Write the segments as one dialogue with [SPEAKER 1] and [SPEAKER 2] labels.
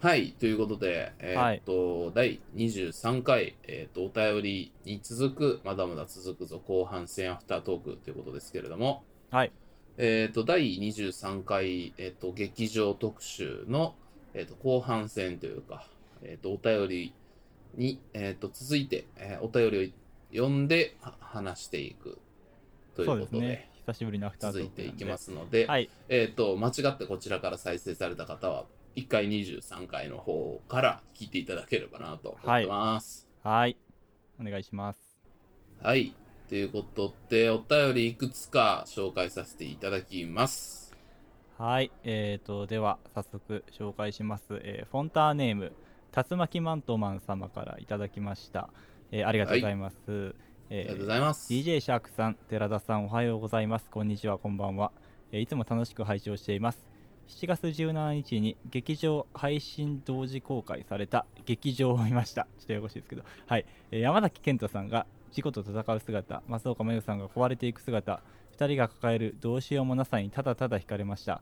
[SPEAKER 1] はい、ということで、え
[SPEAKER 2] は
[SPEAKER 1] ー
[SPEAKER 2] い
[SPEAKER 1] っと、第23回、えーっと、お便りに続く、まだまだ続くぞ、後半戦アフタートークということですけれども、
[SPEAKER 2] はい。
[SPEAKER 1] えーっと、第23回、えーっと、劇場特集の、えーっと、後半戦というか、えーっと、お便りに、えーっと、続いて、えーお便りを読んで、は話していくという
[SPEAKER 2] そう
[SPEAKER 1] こ
[SPEAKER 2] です
[SPEAKER 1] とで、
[SPEAKER 2] ね。久しぶりのアフタート
[SPEAKER 1] 続い
[SPEAKER 2] ーク
[SPEAKER 1] て
[SPEAKER 2] ないんで
[SPEAKER 1] きま。すので、
[SPEAKER 2] はい。
[SPEAKER 1] えっ、と、間違ってこちらから再生された方は、1回23回の方から聞いていただければなと思
[SPEAKER 2] はい
[SPEAKER 1] います。
[SPEAKER 2] はい。お願いします。
[SPEAKER 1] はい。ということで、お便りいくつか紹介させていただきます。
[SPEAKER 2] はい。えーと、では、早速紹介します。えーフォンターネーム、竜巻マントマン様からいただきました。えーありがとうございます。えー
[SPEAKER 1] ありがとうございます。
[SPEAKER 2] DJ シャークさん、寺田さん、おはようございます。こんにちは、こんばんは。えーいつも楽しく拝聴しています。7月17日に劇場配信同時公開された劇場を見ました。ちょっとややこしいですけど。はい。えー山崎賢人さんが事故と戦う姿、松岡真優さんが壊れていく姿、2人が抱えるどうしようもなさにただただ惹かれました。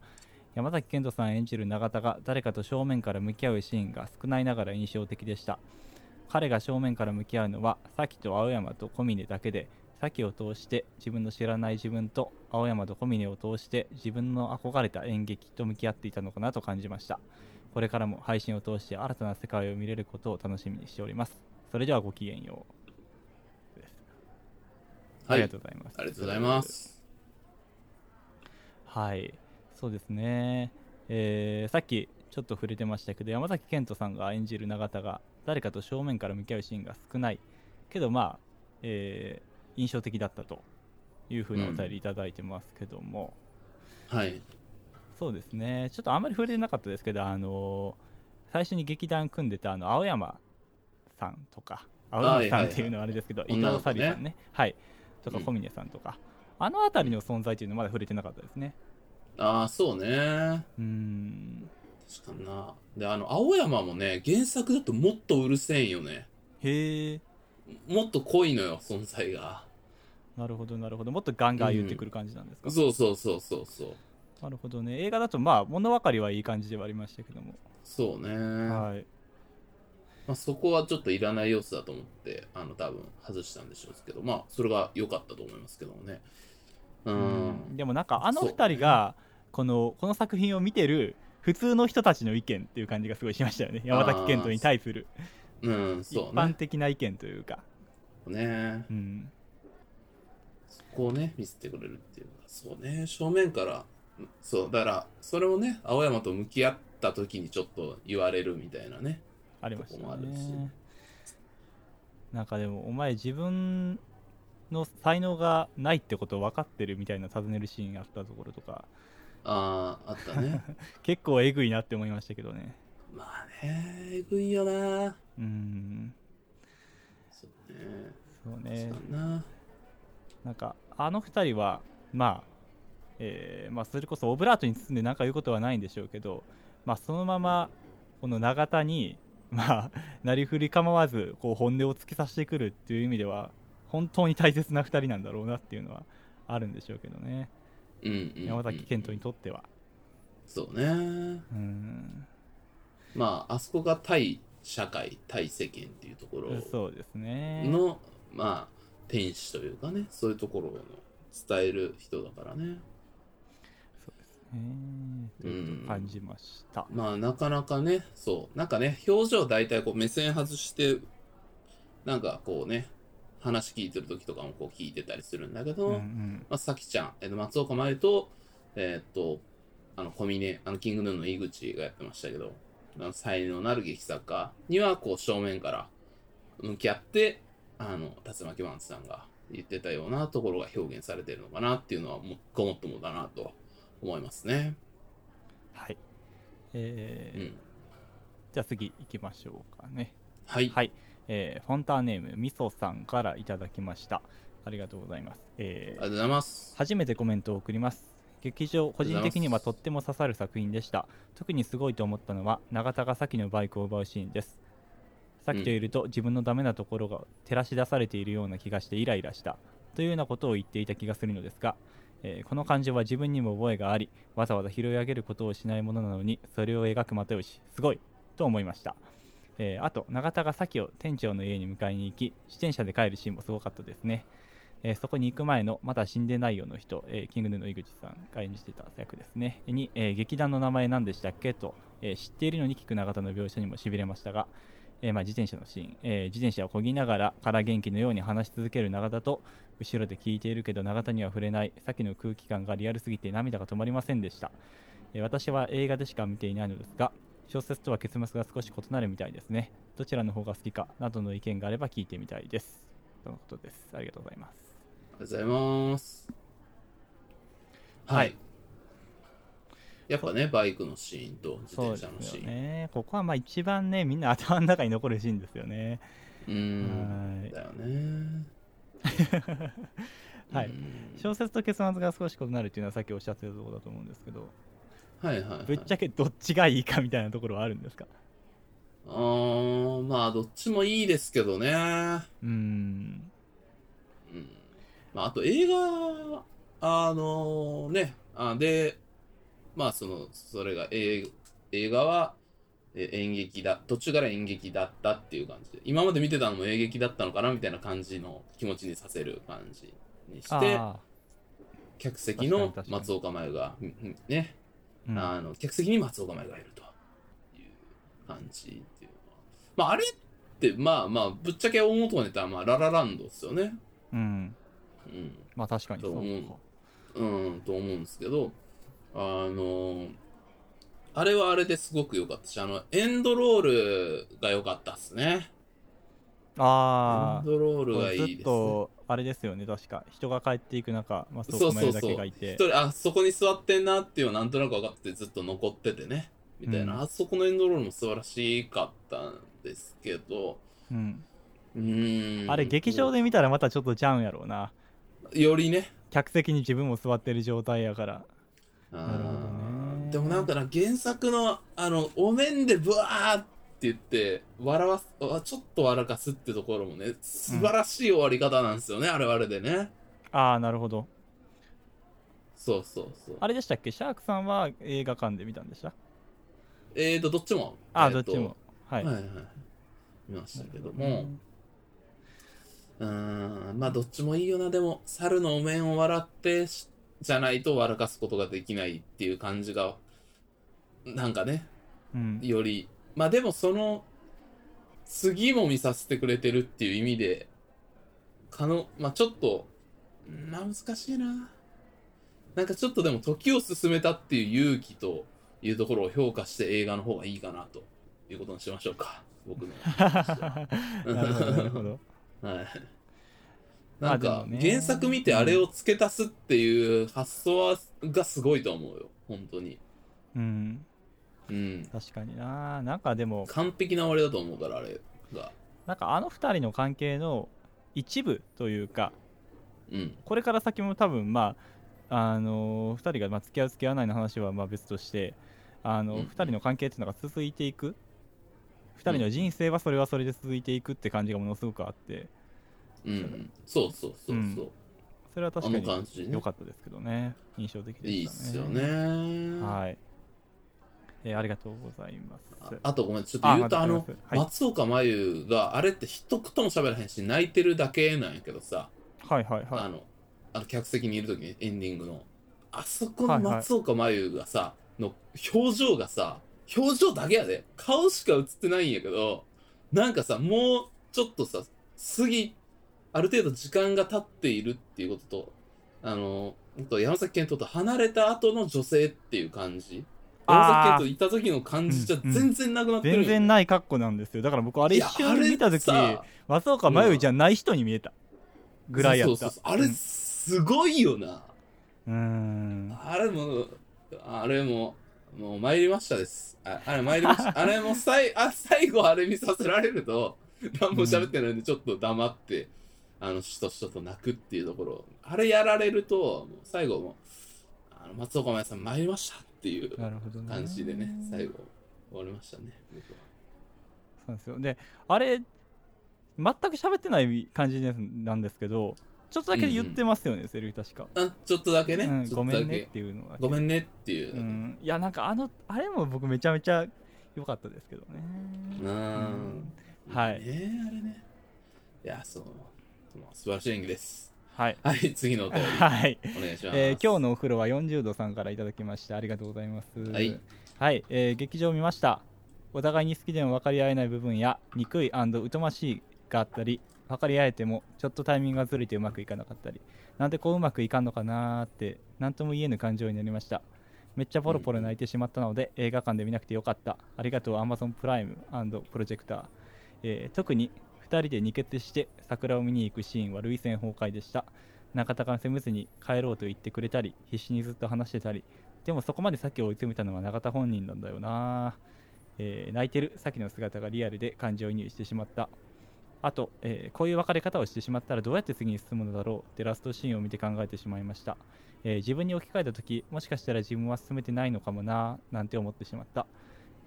[SPEAKER 2] 山崎賢人さん演じる永田が誰かと正面から向き合うシーンが少ないながら印象的でした。彼が正面から向き合うのは、さきと青山と小峰だけで、先を通して自分の知らない自分と青山と小峰を通して自分の憧れた演劇と向き合っていたのかなと感じましたこれからも配信を通して新たな世界を見れることを楽しみにしておりますそれではごきげんようですあ
[SPEAKER 1] はい。
[SPEAKER 2] りが
[SPEAKER 1] あ
[SPEAKER 2] とうございます
[SPEAKER 1] りがとうございます。
[SPEAKER 2] はいそうですねえーさっきちょっと触れてましたけど山崎賢人さんが演じる永田が誰かと正面から向き合うシーンが少ないけどまあ、えー印象的だったというふうなお便りいただいてますけども、
[SPEAKER 1] はい。
[SPEAKER 2] そうですね、ちょっとあんまり触れてなかったですけど、あのー最初に劇団組んでたあの青山さんとか、青山さんっていうのはあれですけど、
[SPEAKER 1] いはい
[SPEAKER 2] 伊藤沙莉
[SPEAKER 1] 女
[SPEAKER 2] さ
[SPEAKER 1] の
[SPEAKER 2] ん
[SPEAKER 1] 子
[SPEAKER 2] ね、はい、とか
[SPEAKER 1] うん
[SPEAKER 2] 小峰さんとか、あの辺りの存在っていうのはまだ触れてなかったですね。
[SPEAKER 1] ああ、そうね。
[SPEAKER 2] うーん、
[SPEAKER 1] 確かにな。で、あの、青山もね、原作だともっとうるせえんよね。
[SPEAKER 2] へえ、
[SPEAKER 1] もっと濃いのよ、存在が。
[SPEAKER 2] なるほど、なるほど、もっとガンガン言ってくる感じなんですか。
[SPEAKER 1] そうそうそうそうそう。
[SPEAKER 2] なるほどね、映画だと、まあ、物分かりはいい感じではありましたけども、
[SPEAKER 1] そうね。
[SPEAKER 2] はい、
[SPEAKER 1] まあ、そこはちょっといらない要素だと思って、あの、多分外したんでしょうけど、まあ、それが良かったと思いますけどもね。う
[SPEAKER 2] うん
[SPEAKER 1] ん。
[SPEAKER 2] でもなんか、あの
[SPEAKER 1] そう
[SPEAKER 2] 2人がこのこの作品を見てる普通の人たちの意見っていう感じがすごいしましたよね、山崎賢人に対する。
[SPEAKER 1] うん、
[SPEAKER 2] 一
[SPEAKER 1] そう
[SPEAKER 2] 般
[SPEAKER 1] ね。
[SPEAKER 2] 的な意見というか、
[SPEAKER 1] ね
[SPEAKER 2] うん、
[SPEAKER 1] そこをね、見せてくれるっていうか、そうね、正面から、そう、だから、それをね、青山と向き合った時にちょっと言われるみたいなね。
[SPEAKER 2] ありまし
[SPEAKER 1] とこも
[SPEAKER 2] た
[SPEAKER 1] あるし
[SPEAKER 2] ね。なんかでも、お前、自分の才能がないってこと分かってるみたいな尋ねるシーンあったところとか、
[SPEAKER 1] ああ、あった ね。
[SPEAKER 2] 結構えぐいなって思いましたけどね。
[SPEAKER 1] まあね、えぐいよな。
[SPEAKER 2] うん、
[SPEAKER 1] そうね。
[SPEAKER 2] そう
[SPEAKER 1] 確
[SPEAKER 2] ね
[SPEAKER 1] か。にな。
[SPEAKER 2] なんか、あの2人は、まあ、えーまあ、それこそオブラートに包んで何か言うことはないんでしょうけど、まあ、そのまま、この永田に、まあ、なりふり構わず、こう、本音を突き刺してくるっていう意味では、本当に大切な2人なんだろうなっていうのはあるんでしょうけどね、
[SPEAKER 1] うん、うんうん。
[SPEAKER 2] 山崎賢人にとっては。
[SPEAKER 1] そうね。
[SPEAKER 2] うん、
[SPEAKER 1] まあ、あそこが対社会、対世間っていうところ
[SPEAKER 2] そうですね。
[SPEAKER 1] の、まあ、天使というかね、そういうところを伝える人だからね。
[SPEAKER 2] そうですね。ということを感じました。
[SPEAKER 1] まあ、なかなかね、そう、なんかね、表情大体こう目線外して、なんかこうね、話聞いてる時とかもこう聞いてたりするんだけど、
[SPEAKER 2] うんうん
[SPEAKER 1] まあ、さきちゃん、えっと、松岡茉優と、えーっと、あの、小峰、あの、キングヌーの井口がやってましたけど、あの才能のある劇作家には、こう、正面から向き合って、あの、竜巻マンツさんが言ってたようなところが表現されてるのかなっていうのは、もっごもっともだなと思いますね。
[SPEAKER 2] はい。え
[SPEAKER 1] う
[SPEAKER 2] ー
[SPEAKER 1] ん。
[SPEAKER 2] じゃあ次行きましょうかね。
[SPEAKER 1] はい。
[SPEAKER 2] はい、えーフォンターネームみそさんからいただきましたありがとうございます、
[SPEAKER 1] あ
[SPEAKER 2] え
[SPEAKER 1] り
[SPEAKER 2] ー
[SPEAKER 1] がとうございます。
[SPEAKER 2] 初めてコメントを送ります劇場個人的にはとっても刺さる作品でした特にすごいと思ったのは永田が先のバイクを奪うシーンですさきといると自分のダメなところが照らし出されているような気がしてイライラしたというようなことを言っていた気がするのですが、えーこの感情は自分にも覚えがありわざわざ拾い上げることをしないものなのにそれを描く又吉すごいと思いました、えーあと永田が咲を店長の家に迎えに行き自転車で帰るシーンもすごかったですね、えーそこに行く前のまだ死んでないよの人、えーキングヌーの井口さんが演じてた役ですねに、えー劇団の名前何でしたっけと、えー知っているのに聞く永田の描写にもしびれましたがえーまあ、自転車のシーン、えー自転車をこぎながらから元気のように話し続ける永田と後ろで聞いているけど永田には触れない先の空気感がリアルすぎて涙が止まりませんでした、えー私は映画でしか見ていないのですが小説とは結末が少し異なるみたいですねどちらの方が好きかなどの意見があれば聞いてみたいですとのことですありがとうございます
[SPEAKER 1] りがとうございます。は
[SPEAKER 2] はい
[SPEAKER 1] い。やっぱね、バイクのシーンと自
[SPEAKER 2] そう
[SPEAKER 1] 転
[SPEAKER 2] です
[SPEAKER 1] 車のシー
[SPEAKER 2] よ
[SPEAKER 1] ン。
[SPEAKER 2] ねここはまあ一番ねみんな頭の中に残るシーンですよね
[SPEAKER 1] うーん。
[SPEAKER 2] はい
[SPEAKER 1] だよね。
[SPEAKER 2] はいう
[SPEAKER 1] ーん
[SPEAKER 2] 小説と結末が少し異なるっていうのはさっきおっしゃってたところだと思うんですけど
[SPEAKER 1] はいはい、はい。
[SPEAKER 2] ぶっちゃけどっちがいいかみたいなところはあるんですか
[SPEAKER 1] あーまあ、どっちもいいですけどね。
[SPEAKER 2] うーん
[SPEAKER 1] うん。まあ、あと映画、あのね、あで、まあ、その、それが映映画は、え演劇だ、途中から演劇だったっていう感じで、今まで見てたのも演劇だったのかなみたいな感じの気持ちにさせる感じにして、
[SPEAKER 2] あ
[SPEAKER 1] 客席の
[SPEAKER 2] 確かに確かに
[SPEAKER 1] 松岡茉優が、うんうんね、
[SPEAKER 2] ーうん
[SPEAKER 1] あの客席に松岡茉優がいるという感じっていうのは、まあ、あれってまあまあぶっちゃけ大元ネタはまあララランドですよね
[SPEAKER 2] うん
[SPEAKER 1] うん、
[SPEAKER 2] まあ確かにそうか
[SPEAKER 1] と思ううん、と思うんですけどあのあれはあれですごく良かったしあのエンドロールが良かったっすねエン
[SPEAKER 2] ああ
[SPEAKER 1] ドロールがいいです、
[SPEAKER 2] ずっ
[SPEAKER 1] ね、
[SPEAKER 2] とあれですよね確か人が帰っていく中まあそ
[SPEAKER 1] そうう
[SPEAKER 2] こ
[SPEAKER 1] そ
[SPEAKER 2] ま
[SPEAKER 1] う
[SPEAKER 2] だ
[SPEAKER 1] そ
[SPEAKER 2] け
[SPEAKER 1] う
[SPEAKER 2] がい
[SPEAKER 1] 一
[SPEAKER 2] て
[SPEAKER 1] 人あそこに座ってんなっていうのはなんとなく分かっててずっと残っててねみたいな、
[SPEAKER 2] うん
[SPEAKER 1] あそこのエンドロールも素晴らしかったんですけど、
[SPEAKER 2] うん
[SPEAKER 1] うーん
[SPEAKER 2] あれ劇場で見たらまたちょっとちゃうんやろうな
[SPEAKER 1] よりね
[SPEAKER 2] 客席に自分も座ってる状態やから
[SPEAKER 1] あ
[SPEAKER 2] るほど
[SPEAKER 1] ー
[SPEAKER 2] ね
[SPEAKER 1] でもなんかな原作のあのお面でブワーって言って笑わすあちょっと笑かすってところもね素晴らしい終わり方なんですよね、あれはあれでね
[SPEAKER 2] ああなるほど
[SPEAKER 1] そうそうそう
[SPEAKER 2] あれでしたっけシャークさんは映画館で見たんでした
[SPEAKER 1] えーとどっちも
[SPEAKER 2] ああ
[SPEAKER 1] えー
[SPEAKER 2] どっ
[SPEAKER 1] と
[SPEAKER 2] ちもは
[SPEAKER 1] はいいはい見ましたけどもうーんまあどっちもいいよなでも猿のお面を笑ってしじゃないと笑かすことができないっていう感じがなんかね
[SPEAKER 2] うん
[SPEAKER 1] よりまあでもその次も見させてくれてるっていう意味で可能まあちょっとまあ難しいななんかちょっとでも時を進めたっていう勇気というところを評価して映画の方がいいかなということにしましょうか僕 の
[SPEAKER 2] なるほどなるほど
[SPEAKER 1] はい
[SPEAKER 2] ま
[SPEAKER 1] な
[SPEAKER 2] あ
[SPEAKER 1] んか
[SPEAKER 2] でもね
[SPEAKER 1] 原作見てあれを付け足すっていう発想はがすごいと思うよ本当に
[SPEAKER 2] うん
[SPEAKER 1] うん
[SPEAKER 2] 確かにななんかでも
[SPEAKER 1] 完璧な終わりだと思うからあれが
[SPEAKER 2] なんかあの2人の関係の一部というか
[SPEAKER 1] うん
[SPEAKER 2] これから先も多分まああの2人がまあ付き合う付き合わないの話はまあ別としてあの
[SPEAKER 1] うん
[SPEAKER 2] 2人の関係っていうのが続いていく2人の人生はそれはそれで続いていくって感じがものすごくあって
[SPEAKER 1] うん、そうそうそうそう、
[SPEAKER 2] それは確か
[SPEAKER 1] あの感じ
[SPEAKER 2] に
[SPEAKER 1] ね
[SPEAKER 2] 良かったですけどね印象的でしたね
[SPEAKER 1] いいっすよね
[SPEAKER 2] はい、えーありがとうございます
[SPEAKER 1] ああとごめんちょっと言うとあ
[SPEAKER 2] あ
[SPEAKER 1] の
[SPEAKER 2] 待って待ってはい
[SPEAKER 1] 松岡真優があれって一言も喋らへんし泣いてるだけなんやけどさ、
[SPEAKER 2] はいはい
[SPEAKER 1] あ
[SPEAKER 2] は
[SPEAKER 1] のあの客席にいる時にエンディングのあそこの松岡真優がさ、の表情がさ表情だけやで顔しか映ってないんやけどなんかさもうちょっとさ過ぎある程度時間が経っているっていうこととあのほんと山崎賢人と離れた後の女性っていう感じ山崎
[SPEAKER 2] あー
[SPEAKER 1] 賢人いた時の感じじゃ全然なくなっ
[SPEAKER 2] い
[SPEAKER 1] てる
[SPEAKER 2] 全然
[SPEAKER 1] い
[SPEAKER 2] ない格好なんですよだから僕あ
[SPEAKER 1] あ
[SPEAKER 2] れ一瞬見た時
[SPEAKER 1] さ
[SPEAKER 2] 松岡真優じゃない人に見えたぐらいやった
[SPEAKER 1] そうそうそうあれ
[SPEAKER 2] うん
[SPEAKER 1] すごいよな、
[SPEAKER 2] うーん
[SPEAKER 1] あれも、あれも、もう参りましたです。ああれ参りま した。あれもさいあ最後あれ見させられると、何も喋ってないんで、ちょっと黙って、あの、しとしとと泣くっていうところ、あれやられると、もう最後も、あの松岡茉優さん参りましたっていう
[SPEAKER 2] なるほどね
[SPEAKER 1] 感じでね、最後、終わりましたね。僕は
[SPEAKER 2] そうなんですよであれ全く喋ってない感じですなんですけどちょっとだけ言ってますよね、セリフ確か、
[SPEAKER 1] あ、ちょっとだけね、
[SPEAKER 2] うん、
[SPEAKER 1] ち
[SPEAKER 2] ご
[SPEAKER 1] ょっ
[SPEAKER 2] め
[SPEAKER 1] とだ
[SPEAKER 2] んねっ
[SPEAKER 1] け、
[SPEAKER 2] ていうのは
[SPEAKER 1] ごめんねっていうう。
[SPEAKER 2] ん、いやなんかあのあれも僕めちゃめちゃ良かったですけどね。
[SPEAKER 1] うーん
[SPEAKER 2] はい
[SPEAKER 1] ねえあれねいやそうもう素晴らしい演技です
[SPEAKER 2] はい。
[SPEAKER 1] はい次のお便り
[SPEAKER 2] はい。
[SPEAKER 1] お願いします、
[SPEAKER 2] えー今日のお風呂は40度さんからいただきましたありがとうございます
[SPEAKER 1] はい、
[SPEAKER 2] はいえー劇場を見ましたお互いに好きでも分かり合えない部分や憎い疎ましいがあったり分かり合えてもちょっとタイミングがずれてうまくいかなかったりなんでこううまくいかんのかなーって何とも言えぬ感情になりましためっちゃポロポロ泣いてしまったので、映画館で見なくてよかったありがとう Amazon プライムプロジェクター、えー特に2人で二血して桜を見に行くシーンは涙腺崩壊でした中田が責めずに帰ろうと言ってくれたり必死にずっと話してたりでもそこまでさっき追い詰めたのは中田本人なんだよな、えー泣いてるさっきの姿がリアルで感情移入してしまったあと、えーこういう別れ方をしてしまったらどうやって次に進むのだろうってラストシーンを見て考えてしまいました、えー自分に置き換えた時もしかしたら自分は進めてないのかもななんて思ってしまった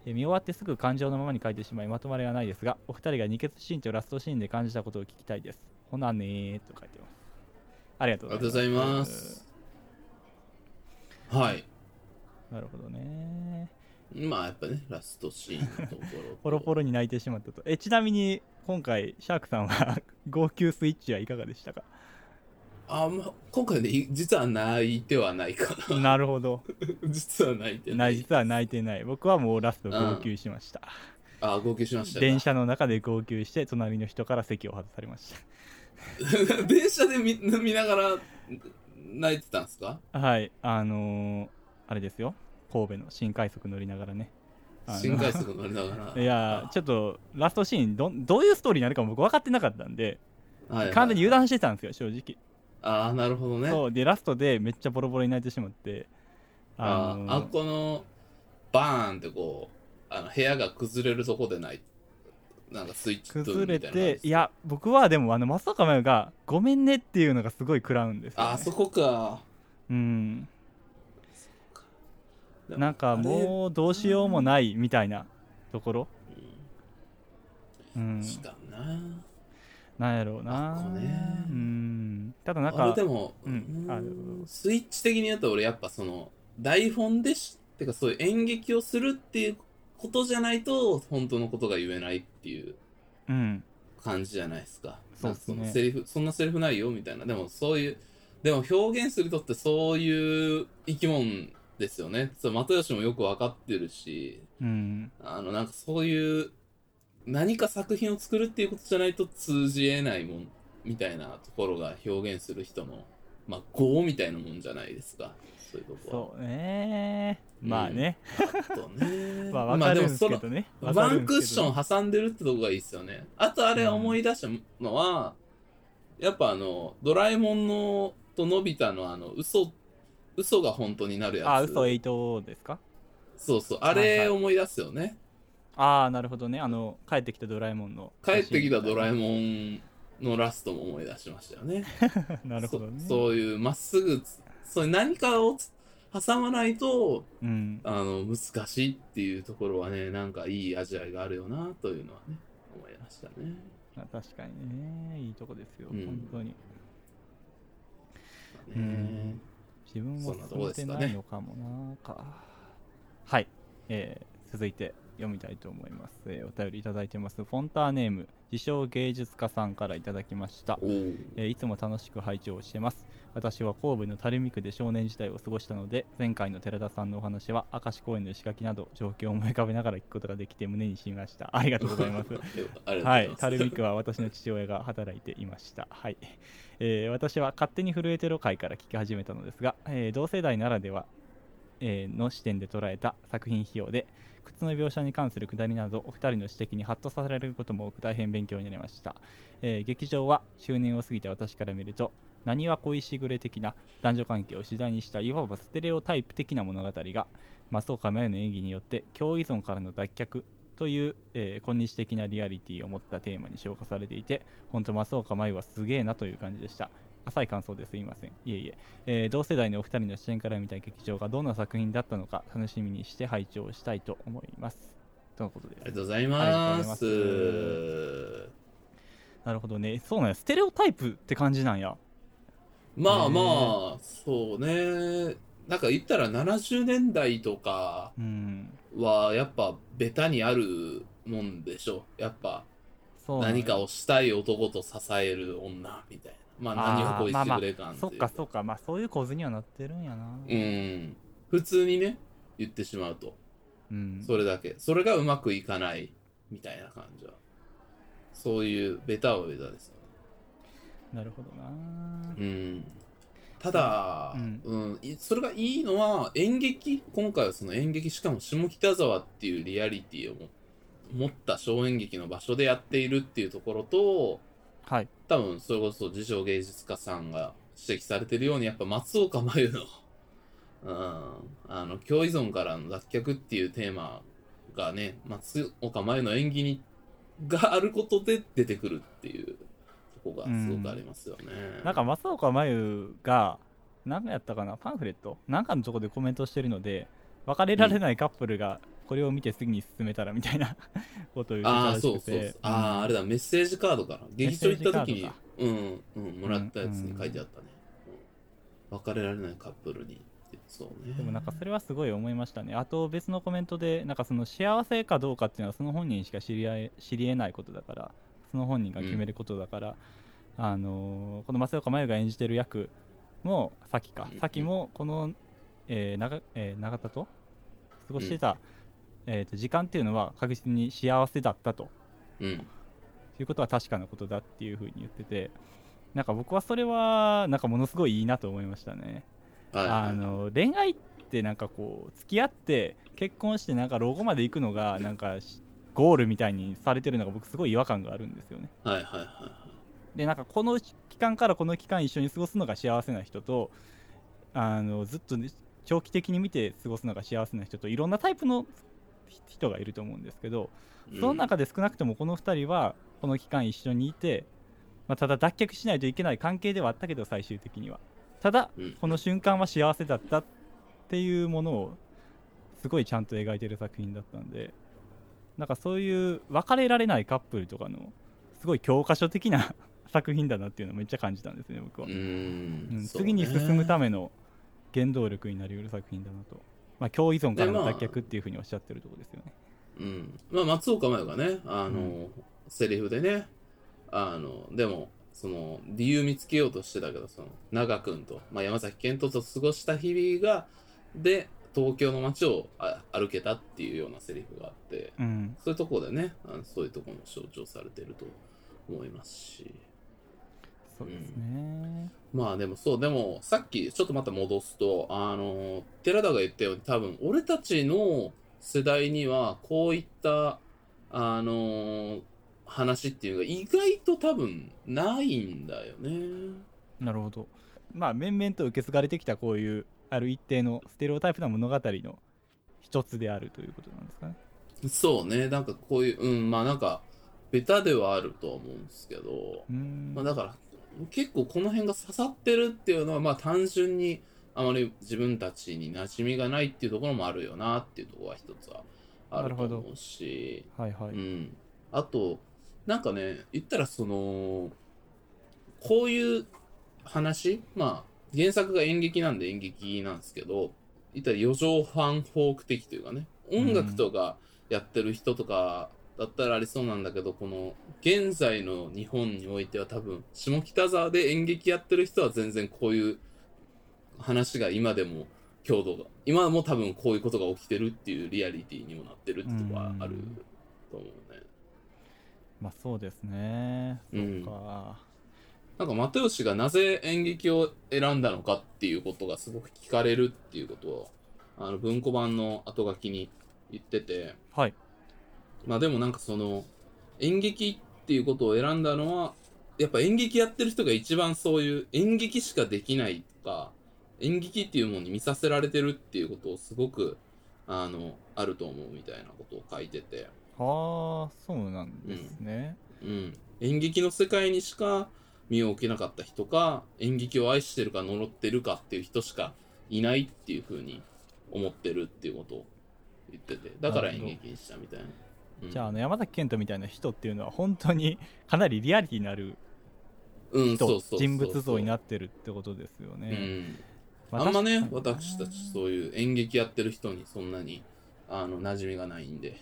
[SPEAKER 2] えー見終わってすぐ感情のままに書いてしまいまとまりはないですがお二人が二血シーンとラストシーンで感じたことを聞きたいですほなねーと書いてますありがと
[SPEAKER 1] あ
[SPEAKER 2] う
[SPEAKER 1] りがとうございますはい
[SPEAKER 2] なるほどね
[SPEAKER 1] まあやっぱねラストシーンのところ
[SPEAKER 2] ポロポ
[SPEAKER 1] ロ
[SPEAKER 2] ロに泣いてしまったとえちなみに今回シャークさんは 号泣スイッチはいかがでしたか
[SPEAKER 1] あまあ今回ねい実は泣いてはないか な
[SPEAKER 2] なるほど
[SPEAKER 1] 実は泣いてな
[SPEAKER 2] ない実は泣いてない僕はもうラスト号泣しました、
[SPEAKER 1] あ号泣しましたか
[SPEAKER 2] 電車の中で号泣して隣の人から席を外されまし
[SPEAKER 1] 電車で見見ながら泣いてたんですか
[SPEAKER 2] たはいあのー、あれですよ神戸の新快速乗りながらねあの
[SPEAKER 1] 新快速乗りながら
[SPEAKER 2] いやーちょっとラストシーンどんどういうストーリーになるか僕分かってなかったんで
[SPEAKER 1] はいはい
[SPEAKER 2] 完全に油断してたんですよ正直
[SPEAKER 1] ああなるほどね
[SPEAKER 2] そうでラストでめっちゃボロボロに泣いてしまって
[SPEAKER 1] あ
[SPEAKER 2] の
[SPEAKER 1] ーあっこのバーンってこうあの部屋が崩れるとこでないなんかスイッチトゥー
[SPEAKER 2] 崩
[SPEAKER 1] ンみ
[SPEAKER 2] れ
[SPEAKER 1] たいな
[SPEAKER 2] てい
[SPEAKER 1] や
[SPEAKER 2] や僕はでもあの松岡茉優が「ごめんね」っていうのがすごい食らうんですよ、ね、
[SPEAKER 1] あーそこか
[SPEAKER 2] うん
[SPEAKER 1] でも
[SPEAKER 2] なんかもうどうしようもないみたいなところ
[SPEAKER 1] あれ
[SPEAKER 2] う
[SPEAKER 1] うんんしたな
[SPEAKER 2] なんやろうな
[SPEAKER 1] あっこね
[SPEAKER 2] うんただなん
[SPEAKER 1] あれ
[SPEAKER 2] か
[SPEAKER 1] でも、
[SPEAKER 2] うん
[SPEAKER 1] うー
[SPEAKER 2] あの
[SPEAKER 1] スイッチ的に言うと俺やっぱその台本でしってかそういう演劇をするっていうことじゃないと本当のことが言えないっていう
[SPEAKER 2] うん
[SPEAKER 1] 感じじゃないですか
[SPEAKER 2] そうっすね
[SPEAKER 1] なんかのセリフそんなセリフないよみたいなでもそういうでも表現する人ってそういう生き物ですよねそう又吉もよく分かってるし
[SPEAKER 2] うん
[SPEAKER 1] あのなんかそういう何か作品を作るっていうことじゃないと通じえないもんみたいなところが表現する人のまあ業みたいなもんじゃないですかそういうとこ
[SPEAKER 2] そうねまあね、
[SPEAKER 1] ろとね
[SPEAKER 2] まあわかるんですけ
[SPEAKER 1] の
[SPEAKER 2] どね、わ
[SPEAKER 1] ワ
[SPEAKER 2] かる
[SPEAKER 1] ン
[SPEAKER 2] ん
[SPEAKER 1] クッ
[SPEAKER 2] で
[SPEAKER 1] シ
[SPEAKER 2] すけど
[SPEAKER 1] ョン挟んでるってとこがいいですよね。あとあれ思い出したのは、やっぱあの、ドラえもんのとのび太のあの、嘘、嘘が本当になるやつ。
[SPEAKER 2] あ嘘8ですか
[SPEAKER 1] そうそう、あれ思い出すよね。
[SPEAKER 2] ああなるほどねあの帰ってきたドラえもんの
[SPEAKER 1] 帰ってきたドラえ
[SPEAKER 2] ん
[SPEAKER 1] もんのラストも思い出しましたよね。
[SPEAKER 2] なるほどね
[SPEAKER 1] そそういう、まっすぐつ、そういう何かをつ挟まないと、
[SPEAKER 2] うん
[SPEAKER 1] あの、難しいっていうところはね、なんかいい味わいがあるよな、というのはね、思いましたね。
[SPEAKER 2] あ確かにねいいとこですよ、
[SPEAKER 1] うん
[SPEAKER 2] 本当に
[SPEAKER 1] ね
[SPEAKER 2] うん自分
[SPEAKER 1] そ
[SPEAKER 2] を
[SPEAKER 1] んなと
[SPEAKER 2] 進
[SPEAKER 1] こ
[SPEAKER 2] め
[SPEAKER 1] で
[SPEAKER 2] て
[SPEAKER 1] すかね
[SPEAKER 2] ないのかもなーかはい、えー続いて読みたいと思います、えーお便りいただいてますフォンターネーム自称芸術家さんからいただきました
[SPEAKER 1] おう
[SPEAKER 2] えーいつも楽しく拝聴してます私は神戸の垂水区で少年時代を過ごしたので前回の寺田さんのお話は明石公園の石垣など状況を思い浮かべながら聞くことができて胸にしみましたありがとうございます
[SPEAKER 1] ありがとうござ
[SPEAKER 2] はいい
[SPEAKER 1] ま、す。
[SPEAKER 2] 垂水区は私の父親が働いていました。はい、えー私は勝手に震えてる会から聞き始めたのですが、えー同世代ならでは、えーの視点で捉えた作品費用で、靴の描写に関するくだりなど、お二人の指摘にハッとさせられることも多く大変勉強になりました。えー劇場は中年を過ぎた私から見ると、何は恋しぐれ的な男女関係を次第にしたいわばステレオタイプ的な物語が松岡茉優の演技によって共依存からの脱却という、えー今日的なリアリティを持ったテーマに昇華されていて、本当松岡茉優はすげえなという感じでした。浅い感想ですいません。いえいええー同世代のお二人の視点から見た劇場がどんな作品だったのか楽しみにして拝聴したいと思います。とのことで
[SPEAKER 1] ありが
[SPEAKER 2] す。
[SPEAKER 1] とうございま
[SPEAKER 2] ありがとう
[SPEAKER 1] す。
[SPEAKER 2] なるほどね。そうなんや。ステレオタイプって感じなんや。
[SPEAKER 1] まあ
[SPEAKER 2] ね
[SPEAKER 1] まあ、そうね。なんか言ったら70年代とか
[SPEAKER 2] うん。
[SPEAKER 1] はやっぱベタにあるもんでしょやっぱ
[SPEAKER 2] そうなんや
[SPEAKER 1] 何かをしたい男と支える女みたいなまあ何を恋してくれ感って
[SPEAKER 2] そ
[SPEAKER 1] い
[SPEAKER 2] っ
[SPEAKER 1] う
[SPEAKER 2] かそっかまあそういう構図にはなってるんやな
[SPEAKER 1] うん普通にね言ってしまうと
[SPEAKER 2] うん
[SPEAKER 1] それだけそれがうまくいかないみたいな感じはそういうベタはベタですよね
[SPEAKER 2] なるほどな
[SPEAKER 1] うんただ、
[SPEAKER 2] うん
[SPEAKER 1] うんいそれがいいのは演劇今回はその演劇しかも下北沢っていうリアリティをも持った小演劇の場所でやっているっていうところと
[SPEAKER 2] はい
[SPEAKER 1] 多分それこそ自称芸術家さんが指摘されてるようにやっぱ松岡真優の、 うん、あの共依存からの脱却っていうテーマがね松岡真優の演技にがあることで出てくるっていうとこがすごくありますよね。
[SPEAKER 2] なんか松岡真優が何やったかなパンフレットなんかのとこでコメントしてるので別れられないカップルがこれを見て次に進めたらみたいな ことを言って
[SPEAKER 1] あ
[SPEAKER 2] た
[SPEAKER 1] あ、
[SPEAKER 2] らし
[SPEAKER 1] そう
[SPEAKER 2] く
[SPEAKER 1] そうそう。
[SPEAKER 2] て
[SPEAKER 1] ああ、あれだ、メッセージカードから。劇場行った時
[SPEAKER 2] メッセージ
[SPEAKER 1] に
[SPEAKER 2] カー、
[SPEAKER 1] うん、うん、もらったやつに書いてあったね。うん別れられないカップルにって。そうね。
[SPEAKER 2] でもなんかそれはすごい思いましたねあと別のコメントでなんかその幸せかどうかっていうのはその本人しか知り合い知り得ないことだからその本人が決めることだから、あのーこの松岡真優が演じてる役も先か
[SPEAKER 1] うん
[SPEAKER 2] 先もこの、えー長えー永田と過ごしてた、えーと時間っていうのは確実に幸せだったと
[SPEAKER 1] うん。
[SPEAKER 2] いうことは確かなことだっていうふうに言っててなんか僕はそれはなんかものすごいいいなと思いましたね。
[SPEAKER 1] はい。
[SPEAKER 2] あの恋愛ってなんかこう付き合って結婚してなんか老後まで行く のがなんかしゴールみたいにされてるのが僕すごい違和感があるんですよね
[SPEAKER 1] はいはいはいは
[SPEAKER 2] でなんかこの期間からこの期間一緒に過ごすのが幸せな人とあのずっとね、長期的に見て過ごすのが幸せな人といろんなタイプのひ人がいると思うんですけど
[SPEAKER 1] い。うん
[SPEAKER 2] その中で少なくともこの2人はこの期間一緒にいて、まあ、ただ脱却しないといけない関係ではあったけど最終的にはただ
[SPEAKER 1] うん
[SPEAKER 2] この瞬間は幸せだったっていうものをすごいちゃんと描いてる作品だったんでなんかそういう別れられないカップルとかのすごい教科書的な作品だなっていうのをめっちゃ感じたんですね僕は、
[SPEAKER 1] う
[SPEAKER 2] う
[SPEAKER 1] ん。
[SPEAKER 2] ん
[SPEAKER 1] そうね
[SPEAKER 2] 次に進むための原動力になりうる作品だなとまあ共依存からの
[SPEAKER 1] でまあ
[SPEAKER 2] 脱却っていうふうにおっしゃってるところですよね
[SPEAKER 1] うん。まあ、松岡真優がね、あの、
[SPEAKER 2] う
[SPEAKER 1] セリフでね、あの、でも、その、理由見つけようとしてたけど、その、長くんと、まあ、山崎賢人と過ごした日々が、で、東京の街をあ歩けたっていうようなセリフがあって、
[SPEAKER 2] うん
[SPEAKER 1] そういうところでね、あのそういうところも象徴されてると思いますし。
[SPEAKER 2] そうですね、
[SPEAKER 1] まあでもそう、でもさっきちょっとまた戻すと、あの、寺田が言ったように多分俺たちの世代にはこういった、あの、話っていうのが意外と多分ないんだよね。
[SPEAKER 2] なるほどまあ面々と受け継がれてきたこういうある一定のステレオタイプな物語の一つであるということなんですかね
[SPEAKER 1] そうね、なんかこういう、うん、まあなんか、ベタではあるとは思うんですけど
[SPEAKER 2] う、ーん
[SPEAKER 1] まあだから結構この辺が刺さってるっていうのはまあ単純にあまり自分たちに馴染みがないっていうところもあるよなっていうところは一つはあると思うし、
[SPEAKER 2] はいはい、
[SPEAKER 1] うん、あとなんかね言ったらそのこういう話まあ原作が演劇なんで演劇なんですけど言ったら余剰ファンフォーク的というかね音楽とかやってる人とかだったらありそうなんだけど、この現在の日本においては多分下北沢で演劇やってる人は全然こういう話が今でも強度が今も多分こういうことが起きてるっていうリアリティにもなってるってとこはある
[SPEAKER 2] うん
[SPEAKER 1] と思うね。
[SPEAKER 2] まあそうですねそううんか、
[SPEAKER 1] なんか又吉がなぜ演劇を選んだのかっていうことがすごく聞かれるっていうことをあの文庫版の後書きに言ってて
[SPEAKER 2] はい
[SPEAKER 1] まあでもなんかその演劇っていうことを選んだのはやっぱ演劇やってる人が一番そういう演劇しかできないとか演劇っていうものに見させられてるっていうことをすごくあのあると思うみたいなことを書いてて。
[SPEAKER 2] はあそうなんですね、
[SPEAKER 1] うん、演劇の世界にしか身を置けなかった人か演劇を愛してるか呪ってるかっていう人しかいないっていう風に思ってるっていうことを言っててだから
[SPEAKER 2] なる
[SPEAKER 1] 演
[SPEAKER 2] ほど
[SPEAKER 1] 劇にしたみたいな、うん、
[SPEAKER 2] じゃああの山崎賢人みたいな人っていうのは本当に かなりリアリティのある
[SPEAKER 1] うんそ
[SPEAKER 2] 人、
[SPEAKER 1] うそうそう
[SPEAKER 2] 人物像になってるってことですよ
[SPEAKER 1] う
[SPEAKER 2] ね、
[SPEAKER 1] ん、
[SPEAKER 2] あ
[SPEAKER 1] あんまね私たちそういう演劇やってる人にそんなにあの馴染みがないんで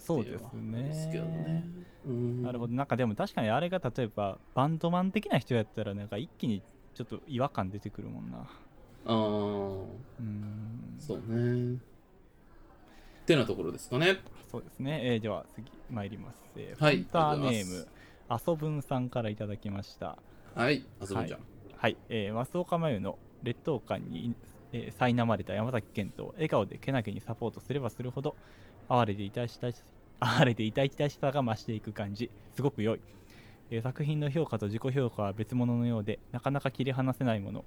[SPEAKER 2] そうですね
[SPEAKER 1] ですけどね、うん、
[SPEAKER 2] なるほ
[SPEAKER 1] ど
[SPEAKER 2] どなんかでも確かにあれが例えばバンドマン的な人やったらなんか一気にちょっと違和感出てくるもんな
[SPEAKER 1] あー
[SPEAKER 2] うーん
[SPEAKER 1] そうね。ってなところですかね。
[SPEAKER 2] そうですね、えーでは次参ります、えー
[SPEAKER 1] はい
[SPEAKER 2] フォンターネ
[SPEAKER 1] ありがとうござい
[SPEAKER 2] ー
[SPEAKER 1] ます
[SPEAKER 2] ムあそぶんさんからいただきました
[SPEAKER 1] はい、あずみちゃん。
[SPEAKER 2] はい、えー、増岡真由の劣等感に、えー、苛まれた山崎賢人を笑顔でけなげにサポートすればするほど哀れでいたしし哀れでいたいたしさが増していく感じすごく良い、えー作品の評価と自己評価は別物のようでなかなか切り離せないもの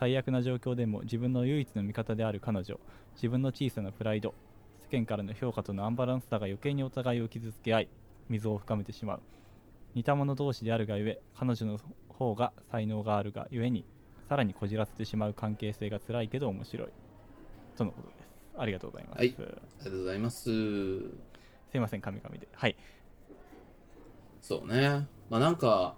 [SPEAKER 2] 最悪な状況でも自分の唯一の味方である彼女自分の小さなプライド世間からの評価とのアンバランスさが余計にお互いを傷つけ合い溝を深めてしまう似た者同士であるがゆえ彼女の方が才能があるがゆえにさらにこじらせてしまう関係性が辛いけど面白いとのことですありがとうございます、
[SPEAKER 1] はいありがとうございます。
[SPEAKER 2] すいませんカミカミではい
[SPEAKER 1] そうね。まあなんか、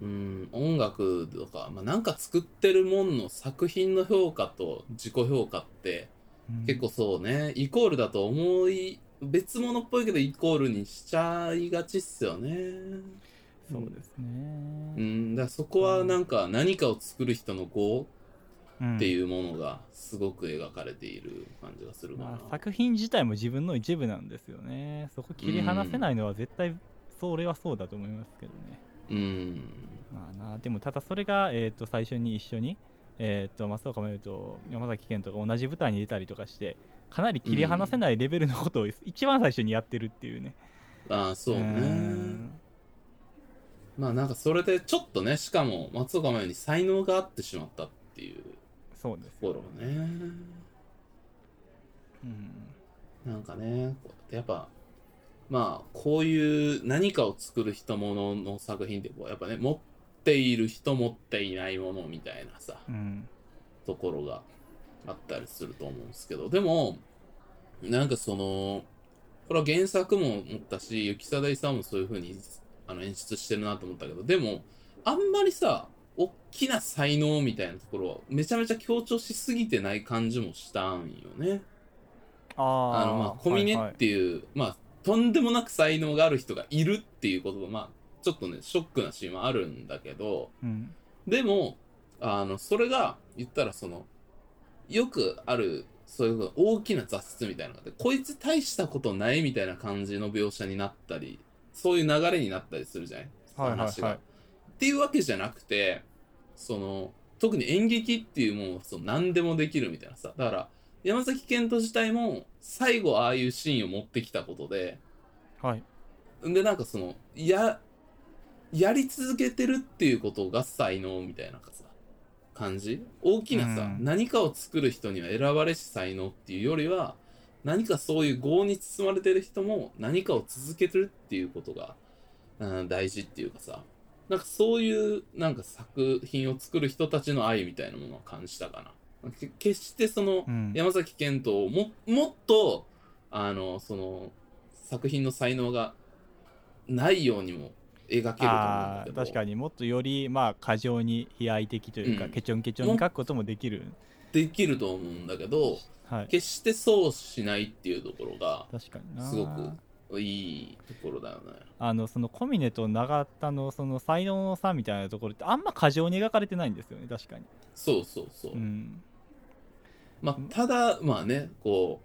[SPEAKER 1] うん、音楽とか、まあ、なんか作ってるもんの作品の評価と自己評価って
[SPEAKER 2] うん
[SPEAKER 1] 結構そうね、イコールだと思い、別物っぽいけどイコールにしちゃいがちっすよね。
[SPEAKER 2] そうです
[SPEAKER 1] う
[SPEAKER 2] ね、
[SPEAKER 1] ん、だからそこはなんか何かを作る人の業
[SPEAKER 2] うん
[SPEAKER 1] っていうものがすごく描かれている感じがするかな。
[SPEAKER 2] まあ、作品自体も自分の一部なんですよねそこ切り離せないのは絶対それはそうだと思いますけどね、
[SPEAKER 1] うん。
[SPEAKER 2] まあなでもただそれが、えー、と最初に一緒に、えー、と松岡茉優と山崎賢人が同じ舞台に出たりとかしてかなり切り離せないレベルのことを一番最初にやってるっていうね、
[SPEAKER 1] ああ、そうね。
[SPEAKER 2] ん
[SPEAKER 1] まあなんかそれでちょっとね、しかも松岡茉優に才能があってしまったっていう
[SPEAKER 2] そうで
[SPEAKER 1] と
[SPEAKER 2] す
[SPEAKER 1] こ
[SPEAKER 2] よ
[SPEAKER 1] ろね。
[SPEAKER 2] うん
[SPEAKER 1] なんかね、こうやってやっぱ、まあこういう何かを作る人ものの作品ってこうやっぱね、持っている人持っていないものみたいなさ、
[SPEAKER 2] うん
[SPEAKER 1] ところがあったりすると思うんですけど、でも、なんかその、これは原作も思ったし、雪貞さんもそういう風にあの演出してるなと思ったけど、でも、あんまりさ、大きな才能みたいなところは、めちゃめちゃ強調しすぎてない感じもしたんよね。
[SPEAKER 2] あー
[SPEAKER 1] あの、まあ、小峰
[SPEAKER 2] はいは
[SPEAKER 1] っ
[SPEAKER 2] い
[SPEAKER 1] ていう、まあ、とんでもなく才能がある人がいるっていうことが、まあ、ちょっとね、ショックなシーンはあるんだけど、
[SPEAKER 2] うん
[SPEAKER 1] でも、あの、それが、言ったらその、よくある、そういう大きな雑質みたいなのがあって、こいつ大したことないみたいな感じの描写になったり、そういう流れになったりするじゃない
[SPEAKER 2] はいはいはい
[SPEAKER 1] 話が。っていうわけじゃなくて、その、特に演劇っていうものはその何でもできるみたいなさ。だから、山崎賢人自体も最後ああいうシーンを持ってきたことで、
[SPEAKER 2] はい
[SPEAKER 1] でなんかそのややり続けてるっていうことが才能みたいなさ感じ大きなさ、
[SPEAKER 2] うん
[SPEAKER 1] 何かを作る人には選ばれし才能っていうよりは何かそういう業に包まれてる人も何かを続けてるっていうことが、うん、大事っていうかさなんかそういうなんか作品を作る人たちの愛みたいなものを感じたかなけ決してその、
[SPEAKER 2] うん
[SPEAKER 1] 山崎賢人をももっとあのその作品の才能がないようにも描けると思うんだ
[SPEAKER 2] あ
[SPEAKER 1] け
[SPEAKER 2] ー
[SPEAKER 1] ど
[SPEAKER 2] 確かにもっとよりまあ過剰に悲哀的というか、
[SPEAKER 1] うん
[SPEAKER 2] ケチョンケチョンに書くこともできる、
[SPEAKER 1] できると思うんだけど
[SPEAKER 2] はい、
[SPEAKER 1] 決してそうしないっていうところが
[SPEAKER 2] 確かにな
[SPEAKER 1] すごくいいところだよね。
[SPEAKER 2] あのその小峰と永田のその才能の差みたいなところってあんま過剰に描かれてないんですよね確かに、
[SPEAKER 1] そうそうそう。
[SPEAKER 2] うん、
[SPEAKER 1] まあ、ただまあねこ